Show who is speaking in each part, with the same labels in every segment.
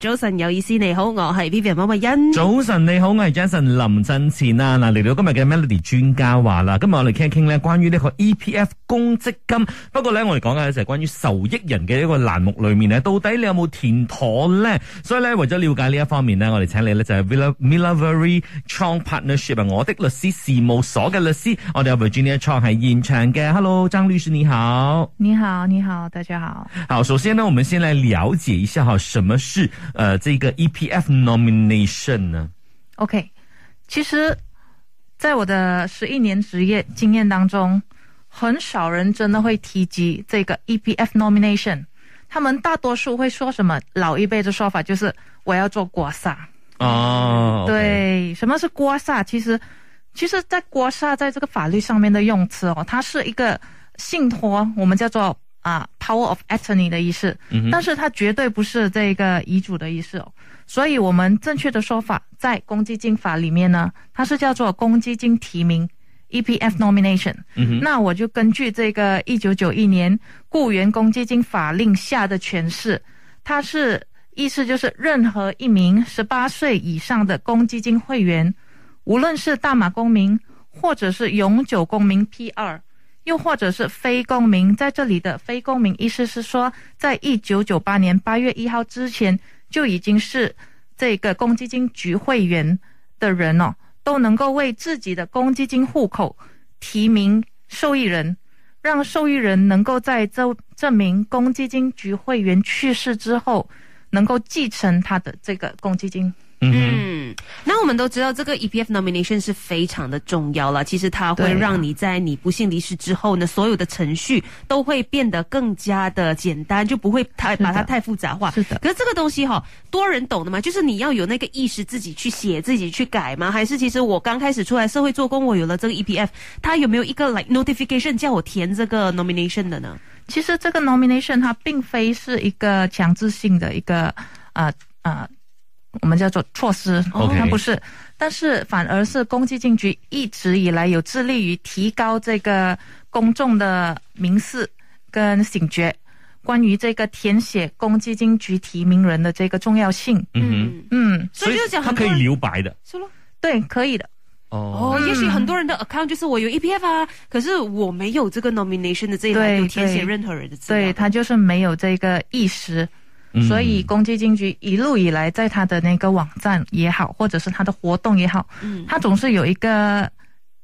Speaker 1: 早晨有意思，你好，我係 Vivian 馬慧欣。
Speaker 2: 早晨，你好，我係 Jason 林振前啦。嗱，嚟到今日嘅 Melody 專家話啦，今日我哋傾一傾咧關於呢個 EPF 公積金。不過咧，我哋講嘅就係關於受益人嘅一個欄目裏面咧，到底你有冇填妥咧？所以咧，為咗了解呢一方面呢，我哋請你咧就係 Villa Milavery Chong Partnership 啊，我的律師事務所嘅律師，我哋有 Virginia Chong 係現場嘅。Hello，張律師你好。
Speaker 3: 你好，你好，大家好。
Speaker 2: 好，首先呢，我们先来了解一下哈，什么是呃这个 EPF nomination 啊呢？
Speaker 3: OK，其实，在我的十一年职业经验当中，很少人真的会提及这个 EPF nomination。他们大多数会说什么？老一辈的说法就是我要做刮痧。
Speaker 2: 哦，
Speaker 3: 对，什么是刮痧？其实，其实，在刮痧在这个法律上面的用词哦，它是一个信托，我们叫做啊 power of attorney 的意思，但是它绝对不是这个遗嘱的意思哦。所以我们正确的说法在公积金法里面呢，它是叫做公积金提名。EPF nomination，、那我就根据这个一九九一年雇员公积金法令下的诠释，它是意思就是任何一名十八岁以上的公积金会员，无论是大马公民或者是永久公民 P 二，又或者是非公民，在这里的非公民意思是说，在一九九八年八月一号之前就已经是这个公积金局会员的人哦，都能够为自己的公积金户口提名受益人。让受益人能够在证证明公积金局会员去世之后，能够继承他的这个公积金。
Speaker 1: 嗯，那我们都知道这个 EPF nomination 是非常的重要了。其实它会
Speaker 3: 对啊
Speaker 1: 让你在你不幸离世之后呢，所有的程序都会变得更加的简单，就不会太
Speaker 3: 是的
Speaker 1: 把它太复杂化。
Speaker 3: 是的
Speaker 1: 可是这个东西哈、多人懂的嘛，就是你要有那个意识，自己去写，自己去改吗？还是其实我刚开始出来社会做工，我有了这个 EPF，它有没有一个 like notification 叫我填这个 nomination 的呢？
Speaker 3: 其实这个 nomination 它并非是一个强制性的一个呃呃，我们叫做措施
Speaker 2: OK
Speaker 3: 它不是，但是反而是公积金局一直以来有致力于提高这个公众的民事跟醒觉，关于这个填写公积金局提名人的这个重要性。
Speaker 2: 嗯
Speaker 1: 嗯，
Speaker 3: 嗯，
Speaker 2: 哼，
Speaker 1: 所以就是讲
Speaker 2: 它
Speaker 1: 很
Speaker 2: 可
Speaker 1: 多
Speaker 2: 以
Speaker 1: 人
Speaker 2: 留白的
Speaker 1: 说咯。
Speaker 3: 对，可以的。
Speaker 2: 哦。
Speaker 1: 哦，
Speaker 3: 嗯
Speaker 1: 也许很多人的 account 就是我有 EPF 啊，可是我没有这个 nomination 的这一栏，
Speaker 3: 对
Speaker 1: 有填写
Speaker 3: 对
Speaker 1: 任何人的资料。
Speaker 3: 对他就是没有这个意识，
Speaker 2: 嗯
Speaker 3: 所以公积金局一路以来在他的那个网站也好，或者是他的活动也好，
Speaker 1: 嗯
Speaker 3: 他总是有一个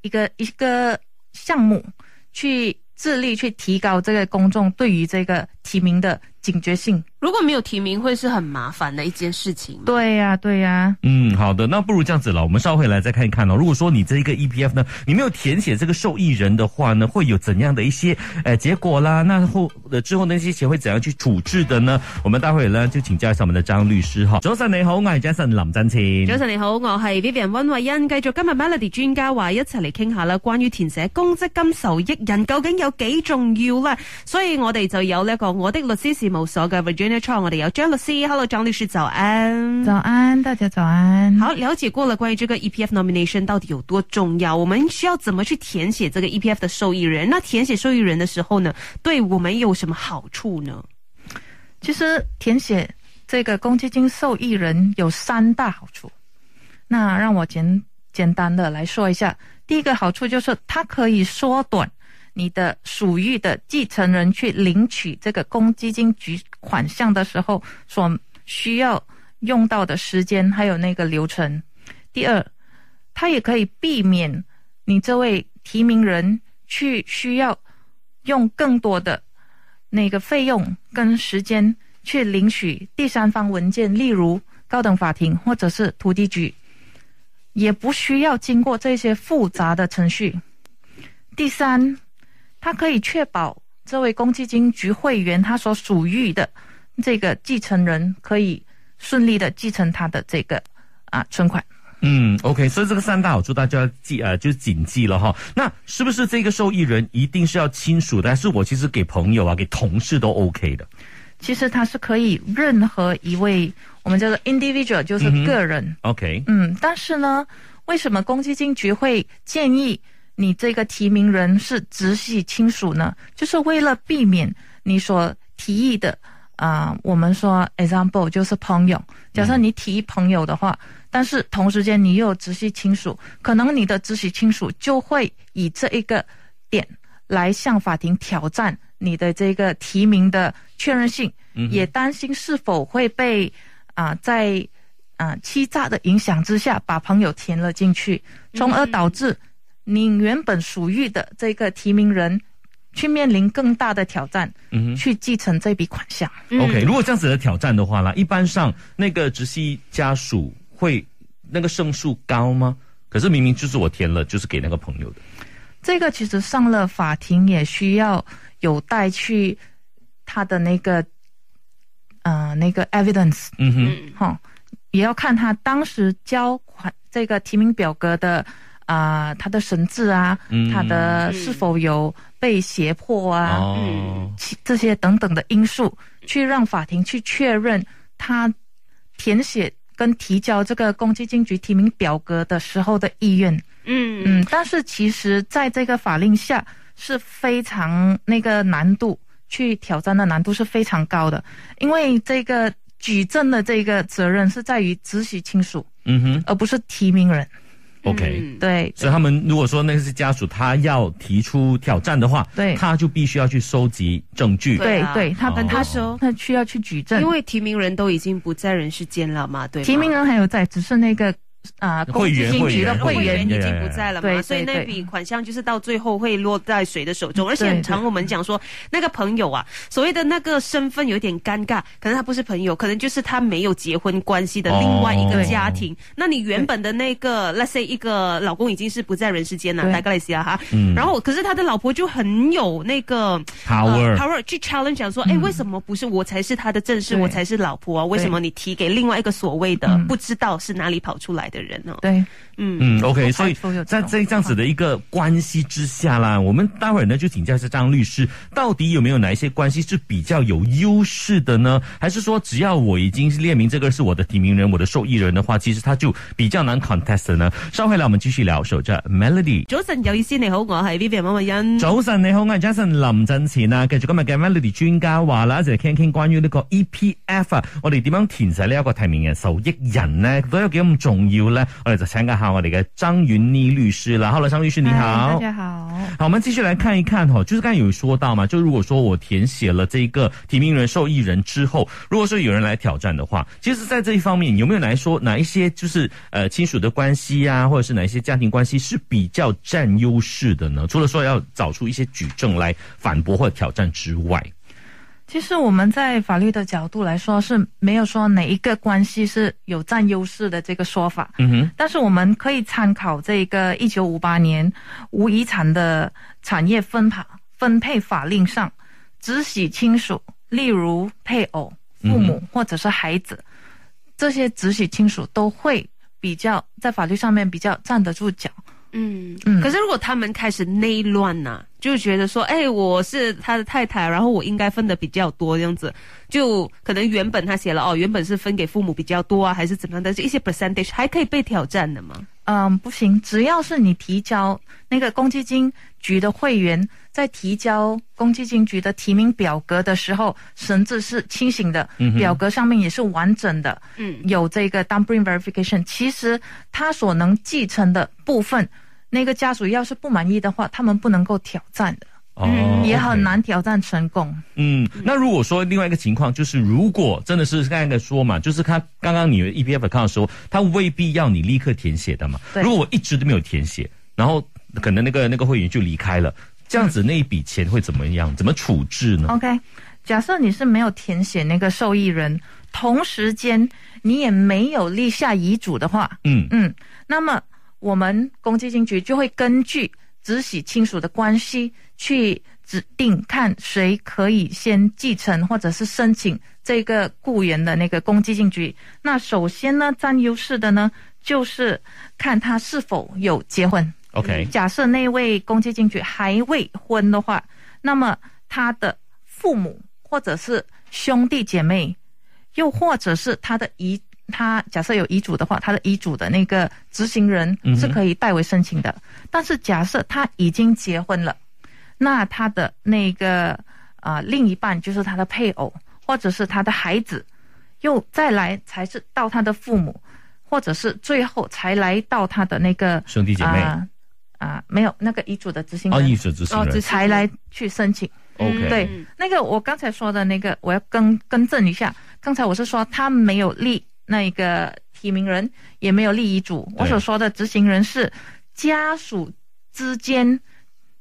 Speaker 3: 一个一个项目去致力去提高这个公众对于这个提名的警觉性。
Speaker 1: 如果没有提名，会是很麻烦的一件事情。
Speaker 3: 对呀、对呀、
Speaker 2: 嗯，好的，那不如这样子了，我们稍回来再看一看哦。如果说你这一个 EPF 呢，你没有填写这个受益人的话呢，会有怎样的一些呃结果啦？那后呃之后那些协会怎样去处置的呢？我们待会呢就请教一下我们的张律师哈。早晨你好，我係 Jason 林振前。
Speaker 1: 早晨你好，我係 Vivian 温慧欣，繼續今日 Melody 專家話一齊嚟傾下啦，關於填寫公積金受益人究竟有幾重要咧？所以我哋就有呢一個我的律師事務所嘅 Virginia Chong，我哋有張律師，Hello 張律師早安。
Speaker 3: 早安，大家早安。
Speaker 1: 好，了解过了关于这个 EPF nomination 到底有多重要，我们需要怎么去填写这个 EPF 的受益人？那填写受益人的时候呢，对我们有什么好处呢？
Speaker 3: 其实填写这个公积金受益人有三大好处，那让我简简单的来说一下。第一个好处就是它可以缩短你的属于的继承人去领取这个公积金局款项的时候所需要用到的时间，还有那个流程。第二，它也可以避免你这位提名人去需要用更多的那个费用跟时间去领取第三方文件，例如高等法庭或者是土地局，也不需要经过这些复杂的程序。第三，它可以确保这位公积金局会员他所属于的这个继承人可以顺利的继承他的这个啊存款。
Speaker 2: 嗯，OK，所以这个三大好处大家要记呃，就是谨记了哈。那是不是这个受益人一定是要亲属的？还是我其实给朋友啊、给同事都 OK 的？
Speaker 3: 其实它是可以任何一位我们叫做 individual，就是个人。
Speaker 2: OK，
Speaker 3: 嗯，但是呢，为什么公积金局会建议你这个提名人是直系亲属呢？就是为了避免你所提议的啊、我们说 example 就是朋友，假设你提朋友的话，但是同时间你又有直系亲属，可能你的直系亲属就会以这一个点来向法庭挑战你的这个提名的确认性，也担心是否会被啊、在啊、欺诈的影响之下把朋友填了进去，从而导致你原本属于的这个提名人去面临更大的挑战，
Speaker 2: 嗯
Speaker 3: 去继承这笔款项。
Speaker 2: 哼，OK。如果这样子的挑战的话啦，一般上那个直系家属会那个胜数高吗？可是明明就是我填了，就是给那个朋友的。
Speaker 3: 这个其实上了法庭也需要有待去他的那个呃那个 evidence
Speaker 2: 嗯哼，
Speaker 1: 嗯
Speaker 3: 哈，也要看他当时交款这个提名表格的啊、他的神智啊，
Speaker 2: 嗯
Speaker 3: 他的是否有被胁迫啊，
Speaker 2: 哦，
Speaker 3: 其这些等等的因素，去让法庭去确认他填写跟提交这个公积金局提名表格的时候的意愿。
Speaker 1: 嗯嗯
Speaker 3: 嗯，但是其实在这个法令下是非常那个难度去挑战的难度是非常高的，因为这个举证的这个责任是在于直系亲属，
Speaker 2: 嗯哼
Speaker 3: 而不是提名人。
Speaker 2: ，OK。
Speaker 1: 嗯
Speaker 2: 嗯
Speaker 3: 对，
Speaker 2: 所以他们如果说那是家属，他要提出挑战的话，
Speaker 3: 对
Speaker 2: 他就必须要去收集证据。
Speaker 1: 对
Speaker 3: 对
Speaker 1: 啊
Speaker 3: 对，他
Speaker 2: 哦
Speaker 3: 他他需要去举证，
Speaker 1: 因为提名人都已经不在人世间了嘛，对吗
Speaker 3: 提名人还有在，只是那个啊、呃、公
Speaker 2: 会
Speaker 3: 积
Speaker 2: 员
Speaker 3: 金
Speaker 2: 会
Speaker 3: 局的
Speaker 2: 员
Speaker 1: 会
Speaker 3: 会
Speaker 1: 员
Speaker 3: 员
Speaker 1: 已经不在了嘛，
Speaker 3: 对对
Speaker 1: 所以那
Speaker 3: 对嗯
Speaker 1: 笔款项就是到最后会落在谁的手中。而且
Speaker 3: 对
Speaker 1: 很常我们讲说，那个朋友啊，所谓的那个身份有点尴尬，可能他不是朋友，可能就是他没有结婚关系的
Speaker 2: 哦
Speaker 1: 另外一个家庭。那你原本的那个，let's say 一个老公已经是不在人世间了，
Speaker 3: 对
Speaker 1: 大概类似啊哈。
Speaker 2: 嗯
Speaker 1: 然后可是他的老婆就很有那个
Speaker 3: 嗯
Speaker 1: 呃
Speaker 2: power，
Speaker 1: power 去 challenge 讲说，哎、为什么不是我才是他的正室，
Speaker 3: 对
Speaker 1: 我才是老婆啊？为什么你提给另外一个所谓的
Speaker 3: 嗯
Speaker 1: 不知道是哪里跑出来的人呢、
Speaker 3: 对
Speaker 1: 嗯。
Speaker 2: 嗯，OK，
Speaker 3: 不
Speaker 2: 所以
Speaker 3: 排除有
Speaker 2: 在
Speaker 3: 这种
Speaker 2: 这这样子的一个关系之下啦，我们待会儿呢就请教一下张律师，到底有没有哪一些关系是比较有优势的呢？还是说只要我已经是列明这个是我的提名人、我的受益人的话，其实他就比较难 contest 的呢？稍回来我们继续聊，守着 Melody。
Speaker 1: 早晨有意思，你好，我系 Vivian 温慧欣。
Speaker 2: 早晨，你好，我系 Jason 林振前啊。繼續今日嘅 Melody 專家話啦，一齊傾一傾關於呢個 EPF 啊，我哋點樣填寫呢一個提名人受益人呢？到底有幾咁重要呢？我哋就請教下我哋嘅張婉妮律師啦。Hello，張律師你
Speaker 3: 嗨
Speaker 2: 好
Speaker 3: 大。家好。
Speaker 2: 好，我们继续来看一看哈，就是刚才有说到嘛，就如果说我填写了这个提名人、受益人之后，如果说有人来挑战的话，其实，在这一方面有没有来说哪一些就是呃亲属的关系啊，或者是哪一些家庭关系是比较占优势的呢？除了说要找出一些举证来反驳或者挑战之外，
Speaker 3: 其实我们在法律的角度来说，是没有说哪一个关系是有占优势的这个说法。
Speaker 2: 嗯哼，
Speaker 3: 但是我们可以参考这个一九五八年无遗产的产业分法分配法令上，直系亲属，例如配偶、父母或者是孩子，这些直系亲属都会比较在法律上面比较站得住脚。
Speaker 1: 嗯，
Speaker 3: 嗯
Speaker 1: 可是如果他们开始内乱呐、就觉得说，哎、我是他的太太，然后我应该分的比较多，这样子，就可能原本他写了哦，原本是分给父母比较多啊，还是怎么样的，这一些 percentage 还可以被挑战的嘛。
Speaker 3: 嗯，不行，只要是你提交那个公积金局的会员，在提交公积金局的提名表格的时候，神志是清醒的，表格上面也是完整的，
Speaker 1: 嗯
Speaker 3: 有这个 dumping verification。其实他所能继承的部分，那个家属要是不满意的话，他们不能够挑战的，
Speaker 2: 哦，
Speaker 3: 嗯也
Speaker 2: OK
Speaker 3: 很难挑战成功。
Speaker 2: 嗯，那如果说另外一个情况就是，如果真的是刚才说嘛，就是他刚刚你 EPF account 的时候，他未必要你立刻填写的嘛。
Speaker 3: 对
Speaker 2: 如果我一直都没有填写，然后可能那个那个会员就离开了，这样子那一笔钱会怎么样？怎么处置呢？
Speaker 3: OK，假设你是没有填写那个受益人，同时间你也没有立下遗嘱的话，
Speaker 2: 嗯
Speaker 3: 嗯，那么我们公积金局就会根据直系亲属的关系去指定看谁可以先继承或者是申请这个雇员的那个公积金局。那首先呢，占优势的呢，就是看他是否有结婚。
Speaker 2: ，OK，
Speaker 3: 假设那位公积金局还未婚的话，那么他的父母或者是兄弟姐妹，又或者是他的遗，他假设有遗嘱的话，他的遗嘱的那个执行人
Speaker 2: 嗯哼
Speaker 3: 是可以代为申请的。但是假设他已经结婚了，那他的那个啊、呃另一半就是他的配偶或者是他的孩子，又再来才是到他的父母，或者是最后才来到他的那个
Speaker 2: 兄弟姐妹
Speaker 3: 啊、啊没有那个遗嘱的执行
Speaker 2: 哦，
Speaker 3: 人，
Speaker 2: 艺术执行
Speaker 1: 哦
Speaker 2: 人
Speaker 1: 执
Speaker 3: 才来去申请。
Speaker 2: ，OK，
Speaker 3: 对，那个我刚才说的那个，我要更更正一下，刚才我是说他没有立那个提名人，也没有立遗嘱，
Speaker 2: 对
Speaker 3: 我所说的执行人是家属之间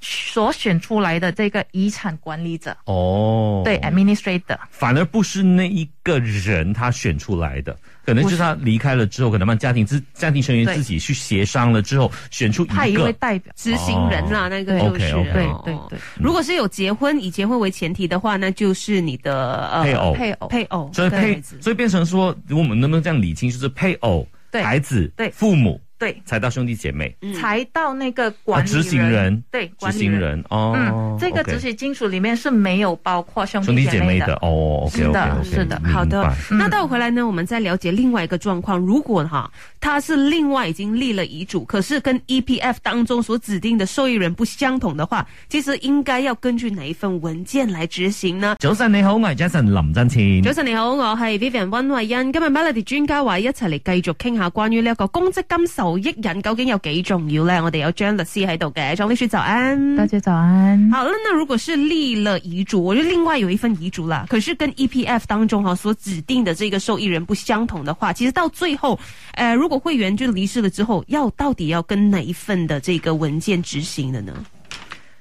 Speaker 3: 所选出来的这个遗产管理者，
Speaker 2: 哦，
Speaker 3: 对，administrator。
Speaker 2: 反而不是那一个人他选出来的，可能就是他离开了之后，可能让家庭自家庭成员
Speaker 3: 对
Speaker 2: 自己去协商了之后，选出
Speaker 3: 派
Speaker 2: 一
Speaker 3: 一位
Speaker 2: 个。
Speaker 3: 代表。
Speaker 1: 执行人
Speaker 2: 哦
Speaker 1: 啦，那个
Speaker 3: 对
Speaker 1: 就是
Speaker 2: OK，OK
Speaker 3: 对
Speaker 1: 哦
Speaker 3: 对对，
Speaker 1: 如果是有结婚以结婚为前提的话，那就是你的呃
Speaker 2: 配偶
Speaker 3: 配偶
Speaker 1: 配偶
Speaker 2: 所以
Speaker 1: 跟孩
Speaker 2: 配
Speaker 1: 子，
Speaker 2: 所以变成说，我们能不能这样理清，就是配偶、
Speaker 3: 对
Speaker 2: 孩子、
Speaker 3: 对
Speaker 2: 父母
Speaker 3: 对，
Speaker 2: 才到兄弟姐妹，
Speaker 1: 嗯
Speaker 3: 才到那个管理
Speaker 2: 啊执行人
Speaker 3: 对，
Speaker 2: 执
Speaker 3: 管理
Speaker 2: 行。人哦。
Speaker 3: 嗯，这个
Speaker 2: OK
Speaker 3: 执行亲属里面是没有包括兄
Speaker 2: 兄弟姐妹
Speaker 3: 妹
Speaker 2: 的。哦，OK OK
Speaker 3: 是
Speaker 2: OK，
Speaker 3: 的是的
Speaker 1: 好的，
Speaker 3: 嗯
Speaker 1: 那待会回来呢，我们再了解另外一个状况。如果哈，他是另外已经立了遗嘱，可是跟 EPF 当中所指定的受益人不相同的话，其实应该要根据哪一份文件来执行呢？
Speaker 2: 早晨你好，我系 Jason 林振前。
Speaker 1: 早晨你好，我係 Vivian 温慧欣。今日 Melody 專家話一齊嚟繼續傾下關於呢一個公積金受益人究竟有幾重要咧？我哋有張律師喺度嘅，張律師早安。
Speaker 3: 大家早安。
Speaker 1: 好了，那如果是立了遗嘱，我就另外有一份遗嘱啦。可是跟 EPF 当中哈、所指定的这个受益人不相同的话，其实到最后，呃，如果会员就离世了之后，要到底要跟哪一份的这个文件执行的呢？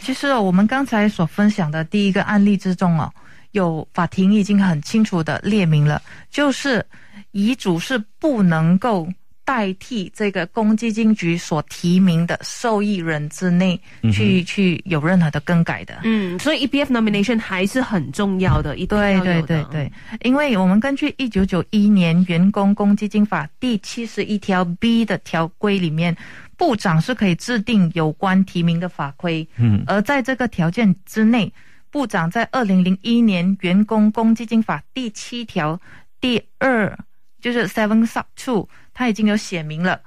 Speaker 3: 其实哦我们刚才所分享的第一个案例之中哦，有法庭已经很清楚的列明了，就是遗嘱是不能够代替这个公积金局所提名的受益人之内去、去有任何的更改的。
Speaker 1: 嗯，所以 EPF nomination 还是很重要的，一定要
Speaker 3: 对
Speaker 1: 有的嗯
Speaker 3: 对对，对，因为我们根据一九九一年员工公积金法第七十一条 B 的条规里面，部长是可以制定有关提名的法规，
Speaker 2: 嗯，
Speaker 3: 而在这个条件之内，部长在二零零一年员工公积金法第七条第二就是 seven sub two，他已经有写明了，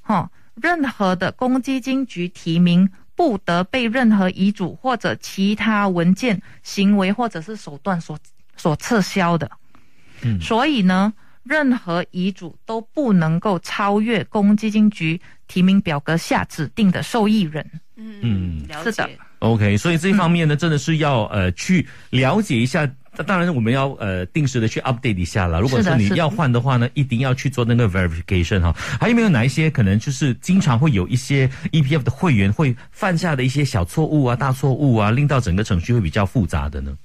Speaker 3: 哈、任何的公积金局提名不得被任何遗嘱或者其他文件、行为或者是手段所所撤销的。
Speaker 2: 嗯
Speaker 3: 所以呢，任何遗嘱都不能够超越公积金局提名表格下指定的受益人。
Speaker 1: 嗯
Speaker 2: 嗯
Speaker 1: 了
Speaker 3: 是的
Speaker 1: 解
Speaker 2: OK，所以这一
Speaker 3: 嗯
Speaker 2: 方面呢，真的是要呃去了解一下。当然，我们要呃定时的去 update 一下了。如果
Speaker 3: 是
Speaker 2: 说
Speaker 3: 的
Speaker 2: 你
Speaker 3: 是的
Speaker 2: 要换的话呢，一定要去做那个 verification 哈。还有没有哪一些可能就是经常会有一些 EPF 的会员会犯下的一些小错误啊、大错误啊，令到整个程序会比较复杂的呢？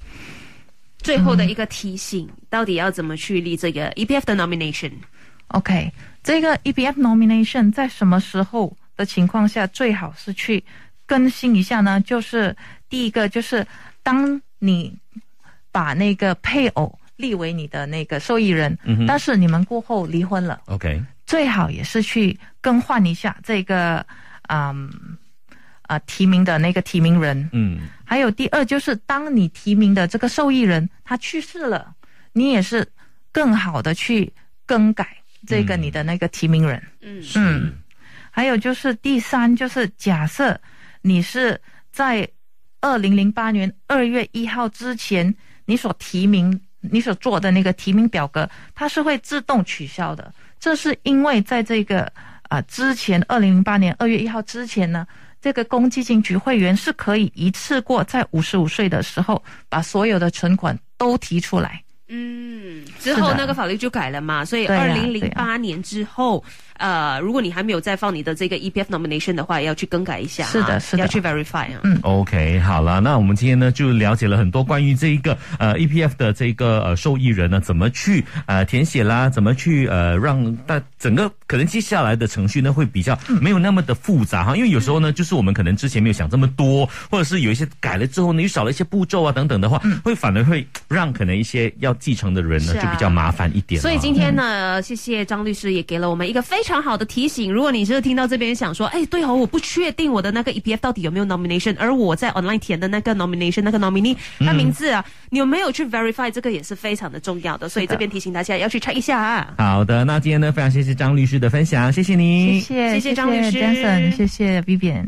Speaker 1: 最后的一个提醒，到底要怎么去立这个 EPF 的 nomination？
Speaker 3: OK，这个 EPF nomination 在什么时候的情况下最好是去更新一下呢？就是第一个就是当你把那个配偶立为你的那个受益人，
Speaker 2: 嗯哼
Speaker 3: 但是你们过后离婚了，
Speaker 2: ，OK，
Speaker 3: 最好也是去更换一下这个嗯啊、提名的那个提名人。
Speaker 2: 嗯，
Speaker 3: 还有第二就是，当你提名的这个受益人他去世了，你也是更好的去更改这个
Speaker 2: 嗯
Speaker 3: 你的那个提名人。
Speaker 1: 嗯
Speaker 2: 是
Speaker 3: 嗯还有就是第三就是，假设你是在二零零八年二月一号之前，你所提名、你所做的那个提名表格，它是会自动取消的。这是因为在这个啊、之前二零零八年二月一号之前呢，这个公积金局会员是可以一次过在五十五岁的时候把所有的存款都提出来。
Speaker 1: 嗯，之后
Speaker 3: 是的
Speaker 1: 那个法律就改了嘛，所以
Speaker 3: 对
Speaker 1: 二
Speaker 3: 呀
Speaker 1: 零零八年之后，呃，如果你还没有再放你的这个 EPF nomination 的话，要去更改一下啊，
Speaker 3: 是的是的
Speaker 1: 要去 verify 啊。
Speaker 3: 嗯
Speaker 2: OK，好了，那我们今天呢就了解了很多关于这一个呃 EPF 的这个呃受益人呢怎么去呃填写啦，怎么去呃让大整个可能接下来的程序呢会比较没有那么的复杂哈，因为有时候呢就是我们可能之前没有想这么多，或者是有一些改了之后呢又少了一些步骤啊等等的话，
Speaker 1: 嗯
Speaker 2: 会反而会让可能一些要继承的人呢
Speaker 1: 是
Speaker 2: 就
Speaker 1: 啊
Speaker 2: 比较麻烦一点啊。
Speaker 1: 所以今天呢，谢谢张律师也给了我们一个非常好的提醒。如果你是听到这边想说，哎，对哦，我不确定我的那个 EPF 到底有没有 nomination，而我在 online 填的那个 nomination 那个 nominee
Speaker 3: 嗯
Speaker 1: 那名字啊，你有没有去 verify？这个也是非常的重要的。所以
Speaker 3: 是的
Speaker 1: 这边提醒大家要去 check 一下啊。
Speaker 2: 哦好的，那今天呢非常谢谢张律师的分享，谢谢你，
Speaker 3: 谢
Speaker 1: 谢谢张律师
Speaker 3: ，Jason，谢谢 Vivian。